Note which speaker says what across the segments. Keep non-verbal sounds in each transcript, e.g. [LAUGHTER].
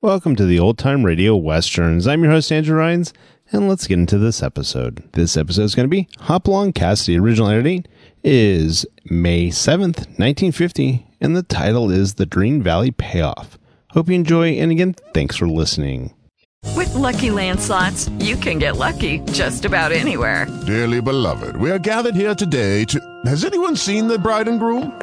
Speaker 1: Welcome to the Old Time Radio Westerns. I'm your host, Andrew Rhines, and let's get into this episode. This episode is going to be Hoplong Cast. The original air date is May 7th, 1950, and the title is The Green Valley Payoff. Hope you enjoy, and again, thanks for listening.
Speaker 2: With Lucky Land slots, you can get lucky just about anywhere.
Speaker 3: Dearly beloved, we are gathered here today to. Has anyone seen the bride and groom?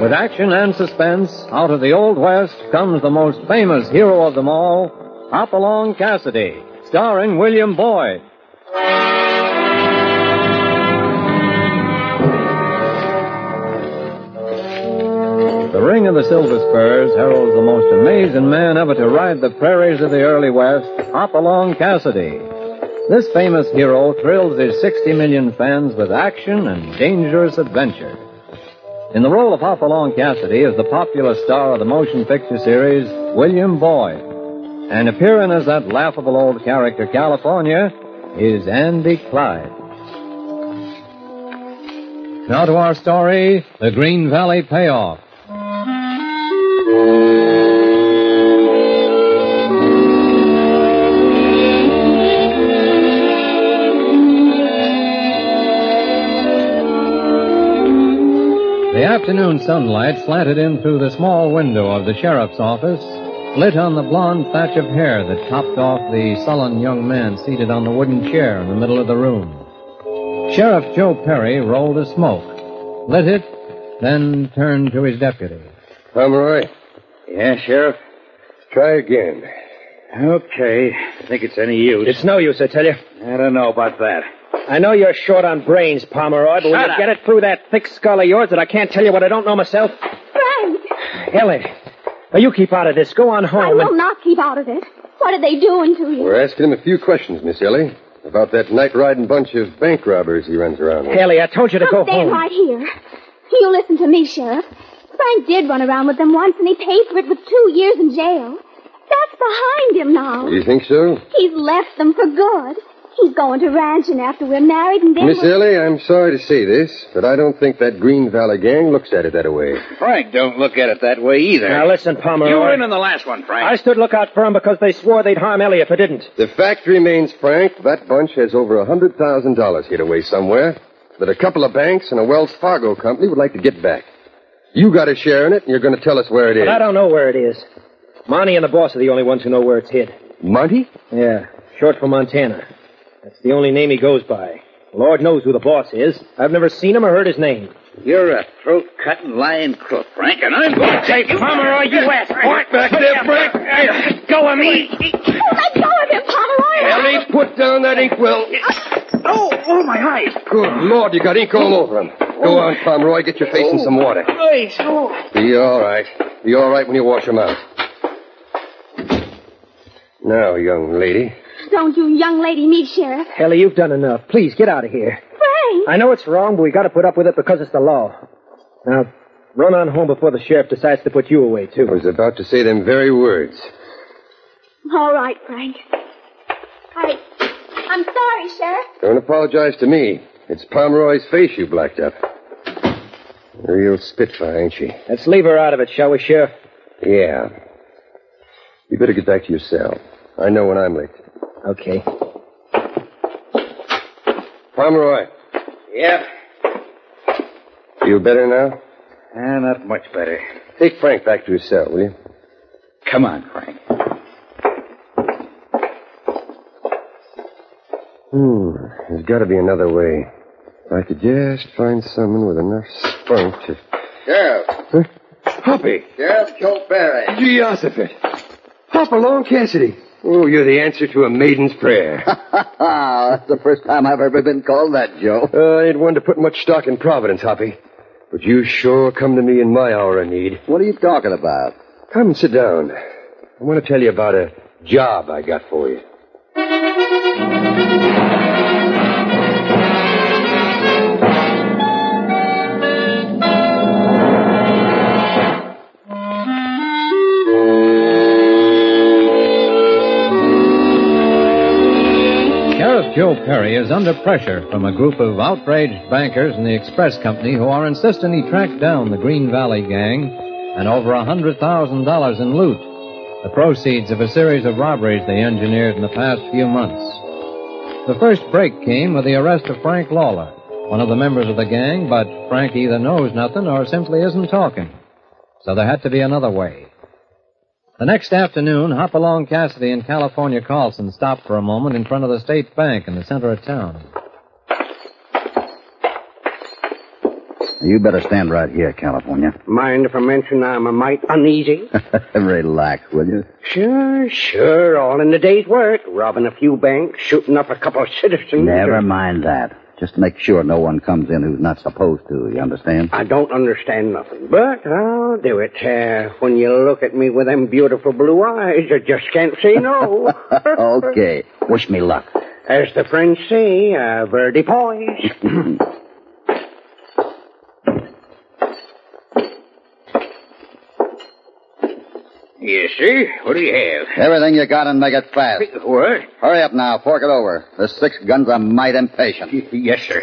Speaker 4: With action and suspense, out of the Old West comes the most famous hero of them all, Hopalong Cassidy, starring William Boyd. The ring of the silver spurs heralds the most amazing man ever to ride the prairies of the early West, Hopalong Cassidy. This famous hero thrills his 60 million fans with action and dangerous adventure. In the role of Hopalong Cassidy is the popular star of the motion picture series, William Boyd. And appearing as that laughable old character, California, is Andy Clyde. Now to our story, The Green Valley Payoff. The afternoon sunlight slanted in through the small window of the sheriff's office, lit on the blond thatch of hair that topped off the sullen young man seated on the wooden chair in the middle of the room. Sheriff Joe Perry rolled a smoke, lit it, then turned to his deputy.
Speaker 5: Pomeroy,
Speaker 4: Yeah, Sheriff?
Speaker 5: try again.
Speaker 4: Okay. Think it's any use.
Speaker 5: It's no use, I tell you.
Speaker 4: I don't know about that.
Speaker 5: I know you're short on brains, Pomeroy, but when
Speaker 4: Shut
Speaker 5: you
Speaker 4: up.
Speaker 5: get it through that thick skull of yours that I can't tell you what I don't know myself.
Speaker 6: Frank,
Speaker 5: Ellie, now you keep out of this. Go on
Speaker 6: I
Speaker 5: home.
Speaker 6: will
Speaker 5: and-
Speaker 6: not keep out of it. What are they doing to you?
Speaker 7: We're asking him a few questions, Miss Ellie, about that night riding bunch of bank robbers he runs around with.
Speaker 5: Ellie, I told you to
Speaker 6: I'll
Speaker 5: go
Speaker 6: stand
Speaker 5: home.
Speaker 6: right here. You listen to me, Sheriff. Frank did run around with them once, and he paid for it with two years in jail. That's behind him now.
Speaker 7: Do you think so?
Speaker 6: He's left them for good. He's going to ranching after we're married, and then
Speaker 7: Miss
Speaker 6: we'll-
Speaker 7: Ellie, I'm sorry to say this, but I don't think that Green Valley gang looks at it that way.
Speaker 4: Frank, don't look at it that way either.
Speaker 5: Now listen, Pomeroy.
Speaker 4: you were in on the last one, Frank.
Speaker 5: I stood lookout for 'em because they swore they'd harm Ellie if I didn't.
Speaker 7: The fact remains, Frank, that bunch has over a $100,000 hid away somewhere that a couple of banks and a Wells Fargo company would like to get back. You got a share in it, and you're going to tell us where it
Speaker 5: But I
Speaker 7: is.
Speaker 5: don't know where it is. Monty and the boss are the only ones who know where it's hid.
Speaker 7: Monty?
Speaker 5: Yeah, short for Montana. That's the only name he goes by. Lord knows who the boss is. I've never seen him or heard his name.
Speaker 4: You're a throat cutting, lying crook, Frank, and I'm going to take you. Pomeroy, you ass. Point
Speaker 7: back there, Frank.
Speaker 4: Let go of me.
Speaker 6: Let go of him, Pomeroy!
Speaker 7: Ellie, put down that inkwell.
Speaker 4: Oh, oh, my eyes.
Speaker 7: Good Lord, you got ink all over him. Go on, Pomeroy, get your face in some water.
Speaker 4: Eyes. Oh.
Speaker 7: Be all right. Be all right when you wash 'em out. Now, young lady,
Speaker 6: much don't you young lady need, Sheriff?
Speaker 5: Ellie, you've done enough. Please get out of here.
Speaker 6: Frank!
Speaker 5: I know it's wrong, but we got to put up with it because it's the law. Now, run on home before the sheriff decides to put you away too.
Speaker 7: I was about to say them very words.
Speaker 6: All right, Frank. I. I'm sorry, Sheriff.
Speaker 7: Don't apologize to me. It's Pomeroy's face you blacked up. Real spitfire, ain't she?
Speaker 5: Let's leave her out of it, shall we, Sheriff?
Speaker 7: Yeah. You better get back to your cell. I know when I'm late.
Speaker 5: Okay.
Speaker 7: Pomeroy,
Speaker 8: Yep.
Speaker 7: you better now?
Speaker 8: Eh, not much better.
Speaker 7: Take Frank back to his cell, will you?
Speaker 8: Come on, Frank.
Speaker 7: Hmm. There's got to be another way. If I could just find someone with enough spunk to.
Speaker 9: Sheriff.
Speaker 7: Huh? Hoppy!
Speaker 9: Sheriff Colt Barry.
Speaker 7: Geosophet! Hop along, Cassidy. Oh, you're the answer to a maiden's prayer.
Speaker 9: [LAUGHS] That's the first time I've ever been called that, Joe.
Speaker 7: Uh, I ain't one to put much stock in Providence, Hoppy. But you sure come to me in my hour of need.
Speaker 9: What are you talking about?
Speaker 7: Come sit down. I want to tell you about a job I got for you.
Speaker 4: Sheriff Joe Perry is under pressure from a group of outraged bankers in the express company who are insisting he track down the Green Valley gang and over a $100,000 in loot, the proceeds of a series of robberies they engineered in the past few months. The first break came with the arrest of Frank Lawler, one of the members of the gang, but Frank either knows nothing or simply isn't talking. So there had to be another way. The next afternoon, Hopalong Cassidy and California Carlson stopped for a moment in front of the state bank in the center of town.
Speaker 8: You better stand right here, California.
Speaker 10: Mind if I mention I'm a mite uneasy?
Speaker 8: Relax, will you?
Speaker 10: sure, sure. All in the day's work. Robbing a few banks, shooting up a couple of citizens. [LAUGHS]
Speaker 8: Never mind that. Just make sure no one comes in who's not supposed to, you understand?
Speaker 10: I don't understand nothing, but I'll do it. Uh, when you look at me with them beautiful blue eyes, I just can't say no.
Speaker 8: okay. [LAUGHS] Wish me luck.
Speaker 10: As the French say, uh, verdi
Speaker 8: [CLEARS THROAT]
Speaker 10: poise.
Speaker 9: Yes, sir. What do you have?
Speaker 8: Everything you got and make it fast.
Speaker 9: What?
Speaker 8: Hurry up now, fork it over. The six guns are might impatient.
Speaker 9: Yes, sir.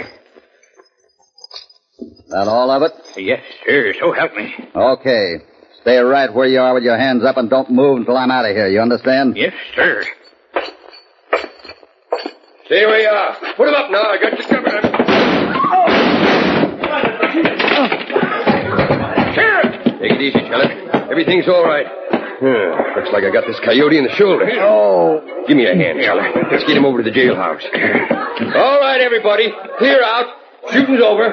Speaker 8: That all of it?
Speaker 9: Yes, sir. So help me.
Speaker 8: Okay. Stay right where you are with your hands up and don't move until I'm out of here, you understand?
Speaker 9: Yes, sir. Stay where you are. Put him up now. I got you covered.
Speaker 7: Oh. Take it easy, Sheriff. Everything's all right. Yeah, looks like I got this coyote in the shoulder. Oh. Give me a hand, Sheriff. Let's get him over to the jailhouse.
Speaker 9: All right, everybody. Clear out. Shooting's over.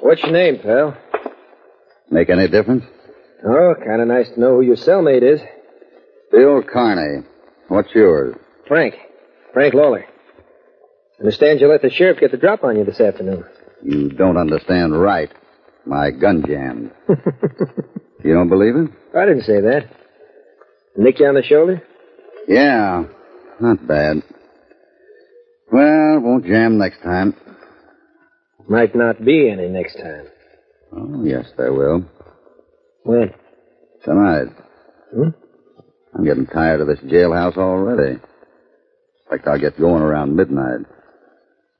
Speaker 5: What's your name, pal?
Speaker 8: Make any difference?
Speaker 5: Oh, kind of nice to know who your cellmate is.
Speaker 8: Bill Carney. What's yours?
Speaker 5: Frank. Frank Lawler. Understand you let the sheriff get the drop on you this afternoon.
Speaker 8: You don't understand right. My gun
Speaker 5: [LAUGHS]
Speaker 8: jammed. you don't believe it?
Speaker 5: I didn't say that. Nick you on the shoulder?
Speaker 8: Yeah, not bad. Well, it won't jam next time.
Speaker 5: Might not be any next time.
Speaker 8: Oh, yes, there will.
Speaker 5: When?
Speaker 8: Tonight.
Speaker 5: Hmm?
Speaker 8: I'm getting tired of this jailhouse already. Expect I'll get going around midnight.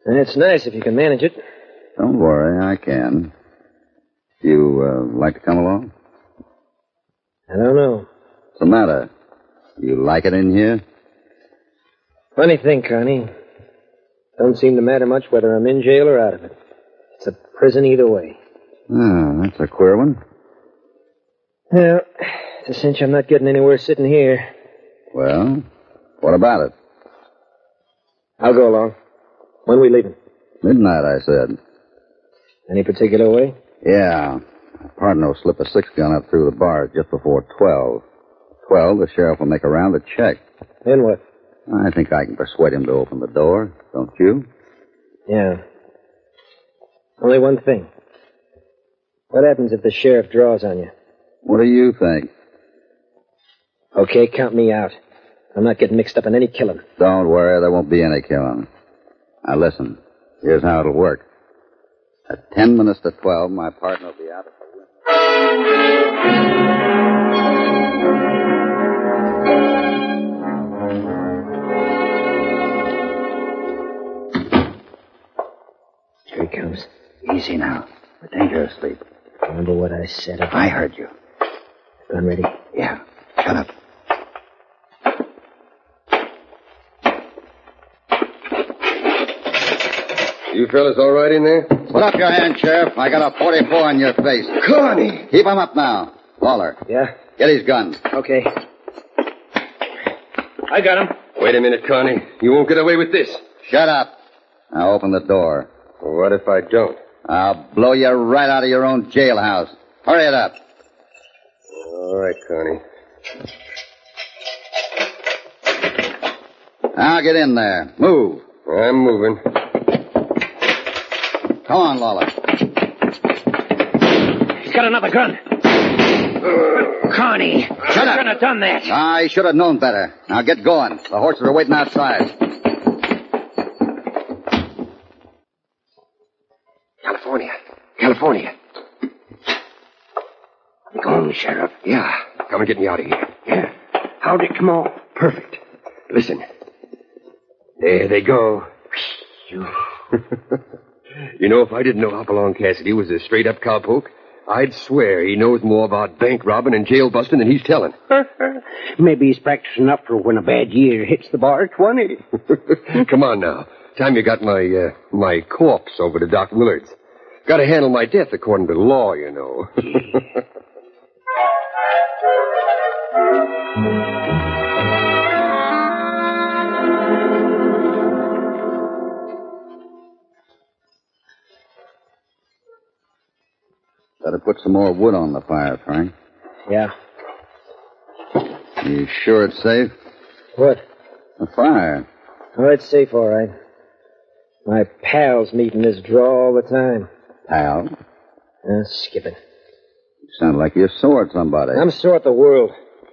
Speaker 5: That's nice if you can manage it.
Speaker 8: Don't worry, I can. You uh, like to come along?
Speaker 5: I don't know.
Speaker 8: What's the matter? You like it in here?
Speaker 5: Funny thing, Connie. Don't seem to matter much whether I'm in jail or out of it. It's a prison either way.
Speaker 8: Oh, that's a queer one.
Speaker 5: Well, [SIGHS] it's a cinch I'm not getting anywhere sitting here.
Speaker 8: Well, what about it?
Speaker 5: I'll go along. When we leaving?
Speaker 8: Midnight, I said.
Speaker 5: Any particular way?
Speaker 8: Yeah. Partner will slip a six gun up through the bars just before 12. 12, the sheriff will make a round to check.
Speaker 5: Then what?
Speaker 8: I think I can persuade him to open the door, don't you?
Speaker 5: Yeah. Only one thing. What happens if the sheriff draws on you?
Speaker 8: What do you think?
Speaker 5: Okay, count me out. I'm not getting mixed up in any killing.
Speaker 8: Don't worry, there won't be any killing. Now listen, here's how it'll work. At ten minutes to twelve, my partner will be out.
Speaker 5: Here he comes.
Speaker 8: Easy now. The danger's asleep.
Speaker 5: Remember what I said?
Speaker 8: I heard you.
Speaker 5: Gun ready?
Speaker 8: Yeah. Shut up.
Speaker 7: You fellas all right in there?
Speaker 8: Put up your hand, Sheriff. I got a 44 on your face.
Speaker 7: Connie!
Speaker 8: Keep him up now. Lawler.
Speaker 5: Yeah?
Speaker 8: Get his gun.
Speaker 5: Okay.
Speaker 10: I got him.
Speaker 7: Wait a minute, Connie. You won't get away with this.
Speaker 8: Shut up. Now open the door.
Speaker 7: What if I don't?
Speaker 8: I'll blow you right out of your own jailhouse. Hurry it up.
Speaker 7: All right, Connie.
Speaker 8: Now get in there. Move.
Speaker 7: I'm moving.
Speaker 8: Come on, Lawler.
Speaker 9: He's got another gun. Connie, you
Speaker 8: Shut up.
Speaker 9: shouldn't have done that.
Speaker 8: I should have known better. Now get going. The horses are waiting outside.
Speaker 10: California. California. Be gone, Sheriff.
Speaker 7: Yeah. Come and get me out of here.
Speaker 10: Yeah. How'd it come off?
Speaker 7: Perfect. Listen. There they go. [LAUGHS] you know, if I didn't know Hopalong Cassidy was a straight up cowpoke, I'd swear he knows more about bank robbing and jail busting than he's telling.
Speaker 10: [LAUGHS] Maybe he's practicing up for when a bad year hits the bar 20.
Speaker 7: [LAUGHS] Come on now. Time you got my uh, my corpse over to Doc Willard's. Got to handle my death according to the law, you know.
Speaker 8: Better put some more wood on the fire, Frank.
Speaker 5: Yeah.
Speaker 8: You sure it's safe?
Speaker 5: What?
Speaker 8: The fire.
Speaker 5: Oh, it's safe, all right. My pals meet in this draw all the time.
Speaker 8: Pal, you
Speaker 5: Uh, skip it.
Speaker 8: sound like you're sore at somebody.
Speaker 5: I'm sore at the world.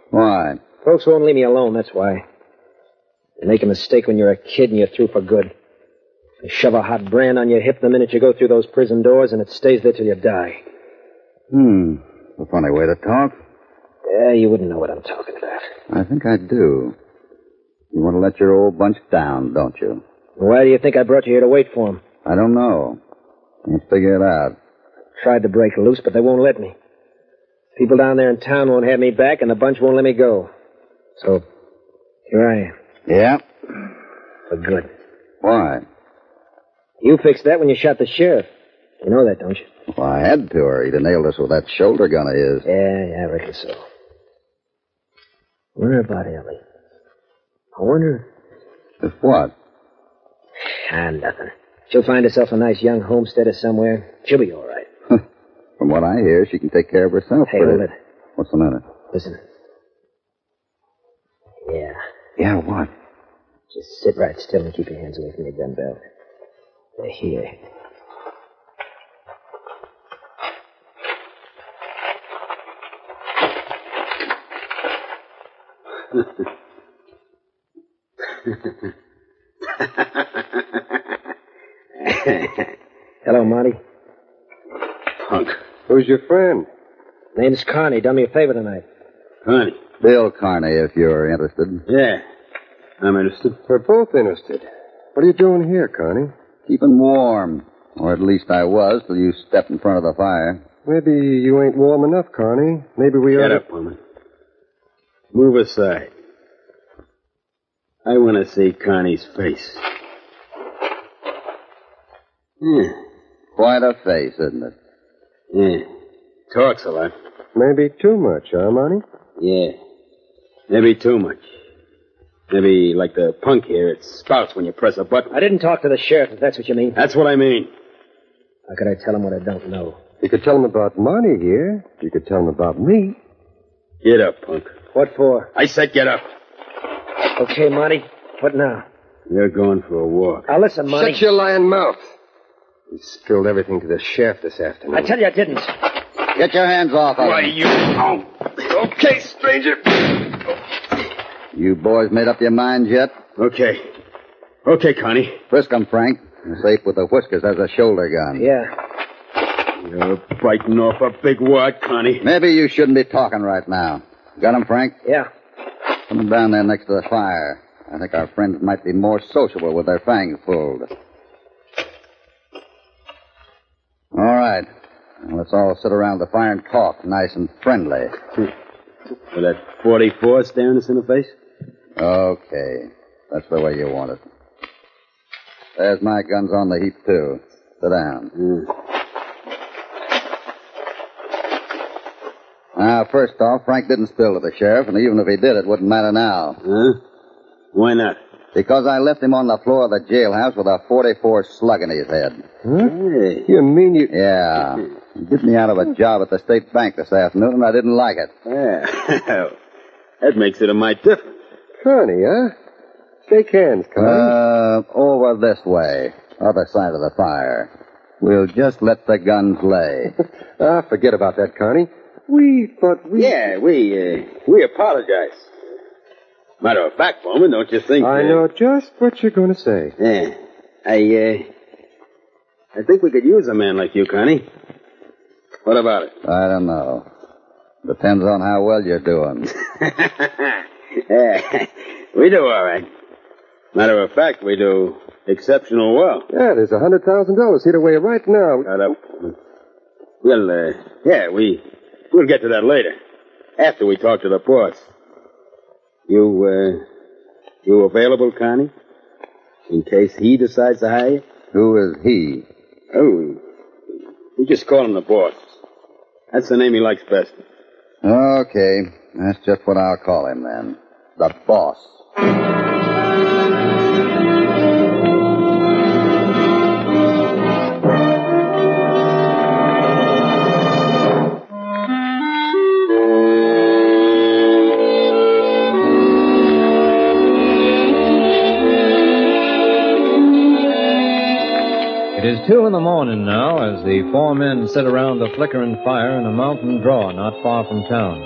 Speaker 8: Why?
Speaker 5: Folks won't leave me alone, that's why. You make a mistake when you're a kid and you're through for good. They shove a hot brand on your hip the minute you go through those prison doors, and it stays there till you die.
Speaker 8: Hmm. A funny way to talk.
Speaker 5: Yeah, you wouldn't know what I'm talking about.
Speaker 8: I think I do. You want to let your old bunch down, don't you?
Speaker 5: Why do you think I brought you here to wait for 'em?
Speaker 8: I don't know. Can't figure it out.
Speaker 5: Tried to break loose, but they won't let me. People down there in town won't have me back, and the bunch won't let me go. So, here I am,
Speaker 8: Yeah?
Speaker 5: for good.
Speaker 8: Why?
Speaker 5: You fixed that when you shot the sheriff. You know that, don't you?
Speaker 8: Well, I had to, or he'd have nailed us with that shoulder gun of his.
Speaker 5: Yeah, yeah, I reckon so. Wonder about Ellie. I wonder.
Speaker 8: If what?
Speaker 5: Ah, nothing. She'll find herself a nice young homesteader somewhere. She'll be all right.
Speaker 8: From what I hear, she can take care of herself.
Speaker 5: Hey,
Speaker 8: pretty-
Speaker 5: hold it.
Speaker 8: What's the matter?
Speaker 5: Listen. Yeah.
Speaker 8: Yeah, what?
Speaker 5: Just sit right still and keep your hands away from your gun belt. They're here. Hello, Monty.
Speaker 7: Punk. Who's your friend?
Speaker 5: Name's Carney. Done me a favor tonight.
Speaker 8: Carney. Bill Carney, if you're interested.
Speaker 7: Yeah. I'm interested. We're both interested.
Speaker 8: What are you doing here, Carney? Keeping warm. Or at least I was till you stepped in front of the fire.
Speaker 7: Maybe you ain't warm enough, Carney. Maybe we
Speaker 11: Shut
Speaker 7: oughta-
Speaker 11: up, woman. Move aside. I want to see Connie's face. Yeah.
Speaker 8: Quite a face, isn't it?
Speaker 11: Yeah. Talks a lot.
Speaker 7: Maybe too much, huh, Monty?
Speaker 11: Yeah. Maybe too much. Maybe like the punk here, it spouts when you press a button.
Speaker 5: I didn't talk to the sheriff, if that's what you mean.
Speaker 11: That's what I mean.
Speaker 5: How could I tell him what I don't know?
Speaker 7: You could tell him about Monty here. You could tell him about me.
Speaker 11: Get up, punk.
Speaker 5: What for?
Speaker 11: I said get up.
Speaker 5: Okay, Monty. What now?
Speaker 11: You're going for a walk.
Speaker 5: Now listen, Monty.
Speaker 7: Shut your lying mouth. You spilled everything to the sheriff this afternoon.
Speaker 5: I tell you, I didn't.
Speaker 8: Get your hands off of him.
Speaker 7: you... Okay, stranger.
Speaker 8: You boys made up your minds yet?
Speaker 11: Oh. Okay. Okay, Connie.
Speaker 8: Frisk 'em, Frank. The safe with the whiskers has a shoulder gun.
Speaker 5: Yeah.
Speaker 11: You're biting off a big wad, Connie.
Speaker 8: Maybe you shouldn't be talking right now. Got 'em, Frank?
Speaker 5: Yeah.
Speaker 8: Put 'em down there next to the fire. I think our friends might be more sociable with their fangs pulled. All right. Now let's all sit around the fire and talk nice and friendly.
Speaker 11: With that 44 staring us in the face?
Speaker 8: Okay. That's the way you want it. There's my guns on the heap, too. Sit down. Now, first off, Frank didn't spill to the sheriff, and even if he did, it wouldn't matter now.
Speaker 11: Huh? Why not?
Speaker 8: Because I left him on the floor of the jailhouse with a 44 slug in his head.
Speaker 7: Huh?
Speaker 8: Hey.
Speaker 7: You mean you...
Speaker 8: Yeah. He did me out of a job at the state bank this afternoon, and I didn't like it.
Speaker 11: Yeah. [LAUGHS] that makes it a mite different.
Speaker 7: Connie, huh? Shake hands, Connie.
Speaker 8: Uh, over this way. Other side of the fire. We'll just let the guns lay.
Speaker 7: [LAUGHS] Ah, forget about that, Connie. We thought we...
Speaker 11: Yeah, we, uh, we apologize. Matter of fact, Bowman, don't you think?
Speaker 7: I
Speaker 11: uh,
Speaker 7: know just what you're going to say.
Speaker 11: Yeah. I, uh, I think we could use a man like you, Connie. What about it?
Speaker 8: I don't know. Depends on how well you're doing.
Speaker 11: Yeah, we do all right. Matter of fact, we do exceptional well.
Speaker 7: Yeah, there's a hundred thousand dollars hid away right now.
Speaker 11: Shut up. Well, uh, yeah, we we'll get to that later. After we talk to the boss. You uh, you available, Connie? In case he decides to hire you?
Speaker 8: Who is he?
Speaker 11: Oh, we just call him the boss. That's the name he likes best.
Speaker 8: Okay, that's just what I'll call him then. The boss.
Speaker 4: It is two in the morning now as the four men sit around the flickering fire in a mountain draw not far from town.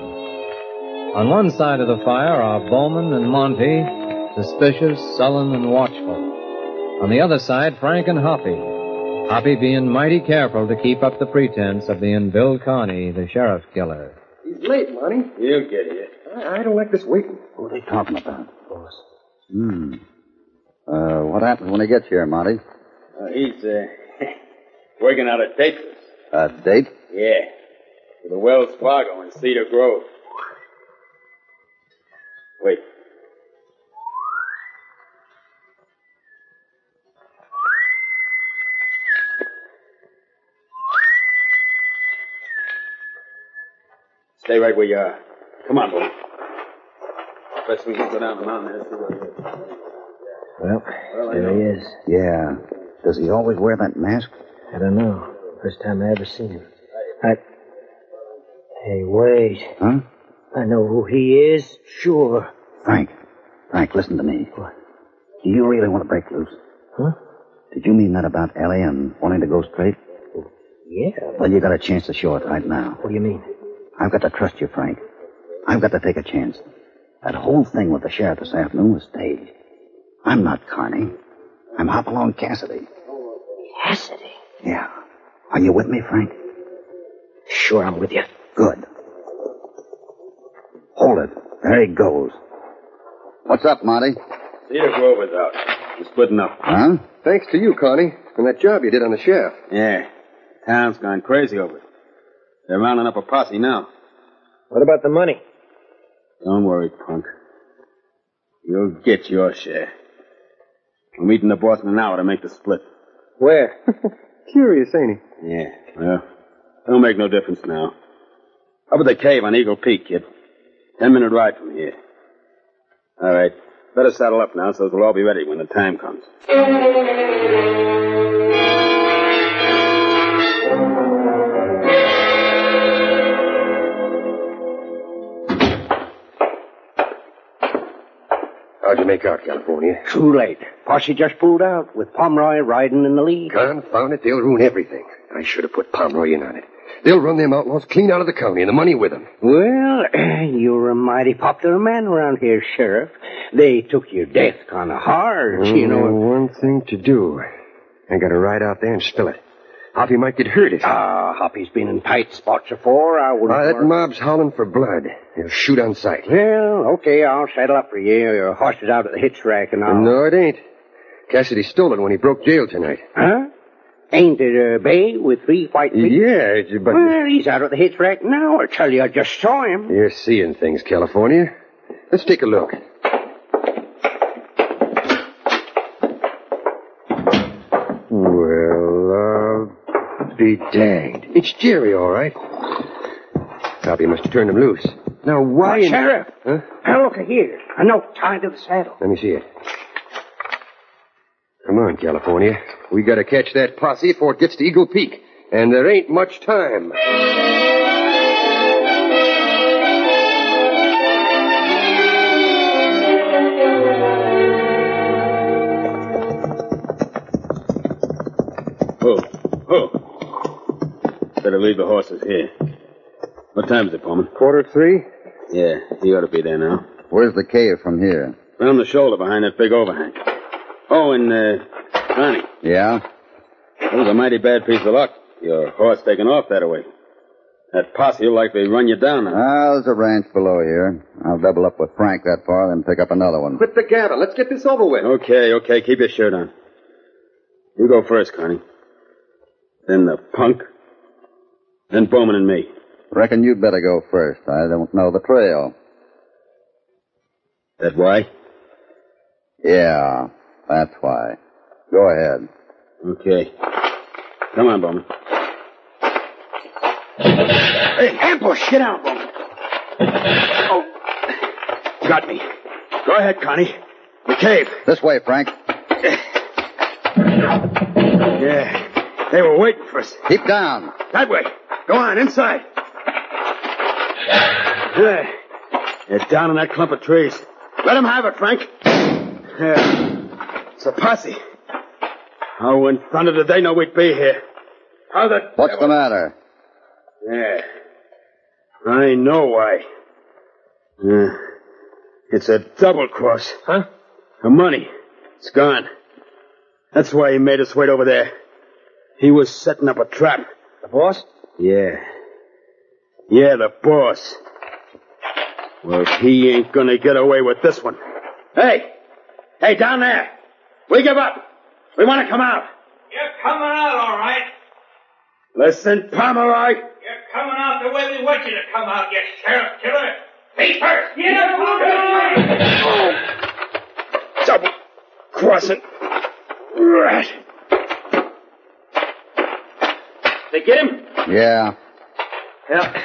Speaker 4: On one side of the fire are Bowman and Monty, suspicious, sullen, and watchful. On the other side, Frank and Hoppy. Hoppy being mighty careful to keep up the pretense of being Bill Connie, the sheriff killer.
Speaker 7: He's late, Monty.
Speaker 11: You'll get here.
Speaker 7: I, I don't like this waiting.
Speaker 8: What are they talking about? Boss. Hmm. Uh, what happens when he gets here, Monty?
Speaker 11: Uh, he's uh, [LAUGHS] working out at Texas.
Speaker 8: A date?
Speaker 11: Yeah, for the Wells Fargo in Cedar Grove. Wait. Stay right where you are. Come on, boy. Best we can go down the mountain and see what it is.
Speaker 5: Well, there he is.
Speaker 8: Yeah. Does he always wear that mask?
Speaker 5: I don't know. First time I ever seen him. I. Hey, wait.
Speaker 8: Huh?
Speaker 5: I know who he is. Sure.
Speaker 8: Frank. Frank, listen to me.
Speaker 5: What?
Speaker 8: Do you really want to break loose?
Speaker 5: Huh?
Speaker 8: Did you mean that about Ellie and wanting to go straight?
Speaker 5: Yeah.
Speaker 8: Well, you got a chance to show it right now.
Speaker 5: What do you mean?
Speaker 8: I've got to trust you, Frank. I've got to take a chance. That whole thing with the sheriff this afternoon was staged. I'm not Carney. I'm Hopalong Cassidy.
Speaker 5: Cassidy.
Speaker 8: Yeah. Are you with me, Frank?
Speaker 5: Sure, I'm with you.
Speaker 8: Good. Hold it. There he goes. What's up, Monty?
Speaker 11: Cedar Grove is out. We're splitting up.
Speaker 8: Huh?
Speaker 7: Thanks to you, Connie, and that job you did on the sheriff.
Speaker 11: Yeah. Town's gone crazy over it. They're rounding up a posse now.
Speaker 5: What about the money?
Speaker 11: Don't worry, punk. You'll get your share. I'm meeting the boss in an hour to make the split.
Speaker 5: Where? [LAUGHS]
Speaker 7: Curious, ain't
Speaker 11: Yeah, well, don't make no difference now. Up at the cave on Eagle Peak, kid. Ten minute ride from here. All right. Better saddle up now so we'll all be ready when the time comes.
Speaker 7: he? How'd you
Speaker 12: make out, California?
Speaker 10: Too late. Posse just pulled out with Pomeroy riding in the lead.
Speaker 12: Confound it, they'll ruin everything. I should have put Pomeroy in on it. They'll run them outlaws clean out of the county and the money with them.
Speaker 10: Well, you're a mighty popular man around here, Sheriff. They took your death kind of hard, you know.
Speaker 12: Only one thing to do. I gotta ride out there and spill it. Hoppy might get hurt.
Speaker 10: Ah, Hoppy's been in tight spots before. I wouldn't.
Speaker 12: Ah, that
Speaker 10: worry.
Speaker 12: mob's howling for blood. They'll shoot on sight.
Speaker 10: Well, okay, I'll saddle up for you. Your horse is out at the hitch rack and all.
Speaker 12: No, it ain't. Cassidy stole it when he broke jail tonight.
Speaker 10: Huh? Ain't it a bay with three white feet?
Speaker 12: Yeah, it's- but
Speaker 10: Well, he's out at the hitch rack now. I tell you, I just saw him.
Speaker 12: you're seeing things, California. Let's take a look. Well, uh, be danged. It's Jerry, all right. Hoppy must have turned him loose. Now, why? in-
Speaker 10: Sheriff!
Speaker 12: Huh?
Speaker 10: Now look here. A note tied to the saddle.
Speaker 12: Let me see it. Come on, California. We gotta catch that posse before it gets to Eagle Peak. And there ain't much time.
Speaker 11: Who? Who? Oh, Better leave the horses here. What time is it, Pullman?
Speaker 8: Quarter three?
Speaker 11: Yeah, he ought to be there now.
Speaker 8: Where's the cave from here?
Speaker 11: Round the shoulder behind that big overhang. Oh, and, uh, Ronnie,
Speaker 8: Yeah?
Speaker 11: that was a mighty bad piece of luck. Your horse taking off that way. That posse will likely run you down now.
Speaker 8: Ah, there's a ranch below here. I'll double up with Frank that far, then pick up another one.
Speaker 11: Quit the gaddle. Let's get this over with. Okay, okay. Keep your shirt on. You go first, Connie. Then the punk. Then Bowman and me.
Speaker 8: Reckon you'd better go first. I don't know the trail.
Speaker 11: That why?
Speaker 8: Yeah, that's why. Go ahead.
Speaker 11: Okay. Come on, Bowman.
Speaker 13: Hey, ambush! Get out, woman. Oh, got me. Go ahead, Connie.
Speaker 8: The cave. This way, Frank.
Speaker 13: [LAUGHS] Yeah, they were waiting for us.
Speaker 8: Keep down.
Speaker 13: That way. Go on, inside.
Speaker 11: Yeah. They're down in that clump of trees.
Speaker 13: Let them have it, Frank. Yeah. It's a posse.
Speaker 11: How in thunder did they know we'd be here? How the...
Speaker 8: What's the matter?
Speaker 11: Yeah. I know why. Yeah. It's a double cross. Huh? The money. It's gone. That's why he made us wait over there. He was setting up a trap. The boss? Yeah. Yeah, the boss. Well, he ain't gonna get away with this one.
Speaker 13: Hey! Hey, down there! We give up! We want to come out!
Speaker 9: You're coming out, all right.
Speaker 11: Listen, Pomeroy.
Speaker 9: You're coming out the way we want you to come out, you sheriff killer. Feet first.
Speaker 8: Oh.
Speaker 13: Double crossing. Rat! They get him?
Speaker 8: Yeah.
Speaker 5: Yeah.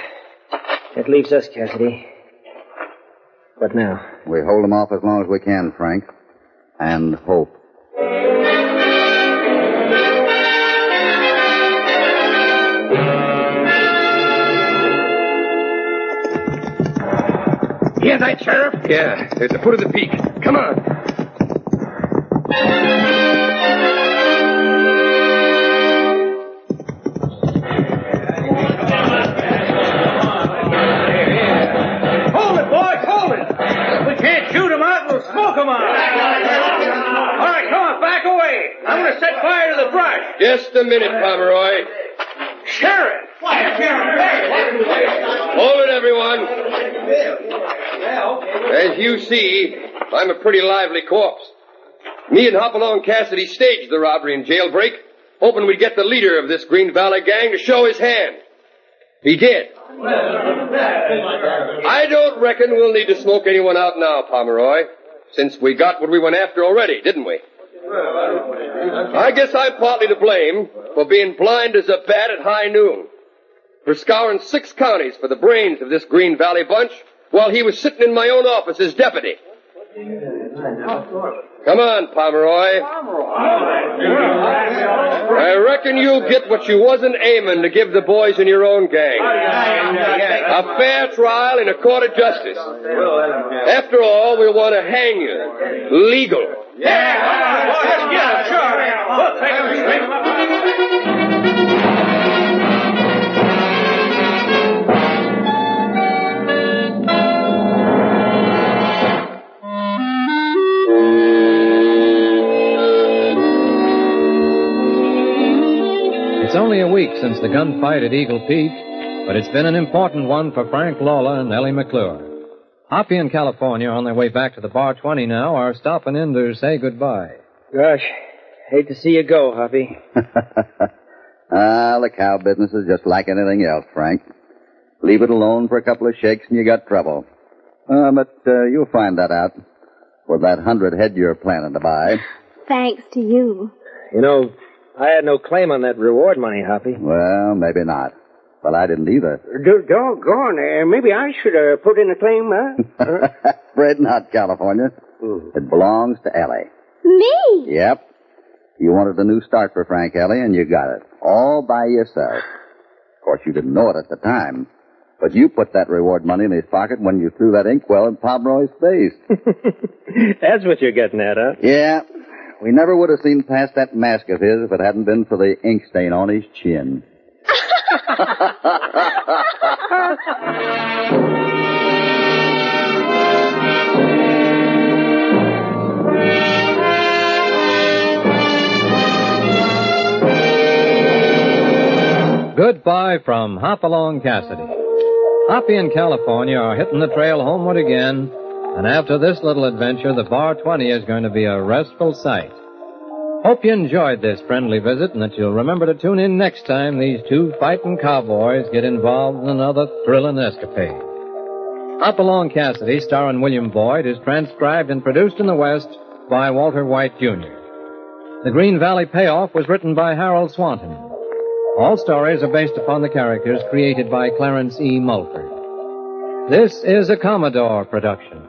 Speaker 5: That leaves us, Cassidy. What now?
Speaker 8: We hold them off as long as we can, Frank. And hope.
Speaker 13: Hear that, Sheriff? Yeah, there's the foot of the peak. Come on.
Speaker 9: Hold it, boys, hold it. We can't shoot 'em out. We'll smoke 'em out. All right, come on, back away. I'm going to set fire to the brush.
Speaker 7: Just a minute, Pomeroy.
Speaker 9: Sheriff.
Speaker 7: Hold it, everyone. As you see, I'm a pretty lively corpse. Me and Hopalong Cassidy staged the robbery and jailbreak, hoping we'd get the leader of this Green Valley gang to show his hand. He did. I don't reckon we'll need to smoke anyone out now, Pomeroy, since we got what we went after already, didn't we? I guess I'm partly to blame for being blind as a bat at high noon, for scouring six counties for the brains of this Green Valley bunch while he was sitting in my own office as deputy. Come on, Pomeroy. I reckon you'll get what you wasn't aiming to give the boys in your own gang. A fair trial in a court of justice. After all, we want to hang you. Legal.
Speaker 4: It's only a week since the gunfight at Eagle Peak, but it's been an important one for Frank Lawler and Ellie McClure. Hoppy and California, on their way back to the Bar 20 now, are stopping in to say goodbye.
Speaker 5: Gosh, hate to see you go, Hoppy.
Speaker 8: Ah, the cow business is just like anything else, Frank. Leave it alone for a couple of shakes and you got trouble. Uh, but uh, you'll find that out with that hundred head you're planning to buy.
Speaker 6: Thanks to you.
Speaker 5: You know, I had no claim on that reward money, Hoppy.
Speaker 8: Well, maybe not. But I didn't either.
Speaker 10: Do, doggone, uh, maybe I should have put in a claim, huh?
Speaker 8: [LAUGHS]
Speaker 10: Hmm.
Speaker 8: Afraid not, California. It belongs to Ellie.
Speaker 6: Me?
Speaker 8: Yep. You wanted a new start for Frank Ellie, and you got it. All by yourself. Of course, you didn't know it at the time. But you put that reward money in his pocket when you threw that inkwell in Pomeroy's face.
Speaker 5: That's what you're getting at, huh?
Speaker 8: yeah. We never would have seen past that mask of his if it hadn't been for the ink stain on his chin.
Speaker 4: Goodbye from Hopalong Cassidy. Hoppy and California are hitting the trail homeward again, and after this little adventure, the Bar 20 is going to be a restful sight. Hope you enjoyed this friendly visit and that you'll remember to tune in next time these two fighting cowboys get involved in another thrilling escapade. Hopalong Cassidy, starring William Boyd, is transcribed and produced in the West by Walter White, Jr. The Green Valley Payoff was written by Harold Swanton. All stories are based upon the characters created by Clarence E. Mulford. This is a Commodore production.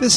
Speaker 1: This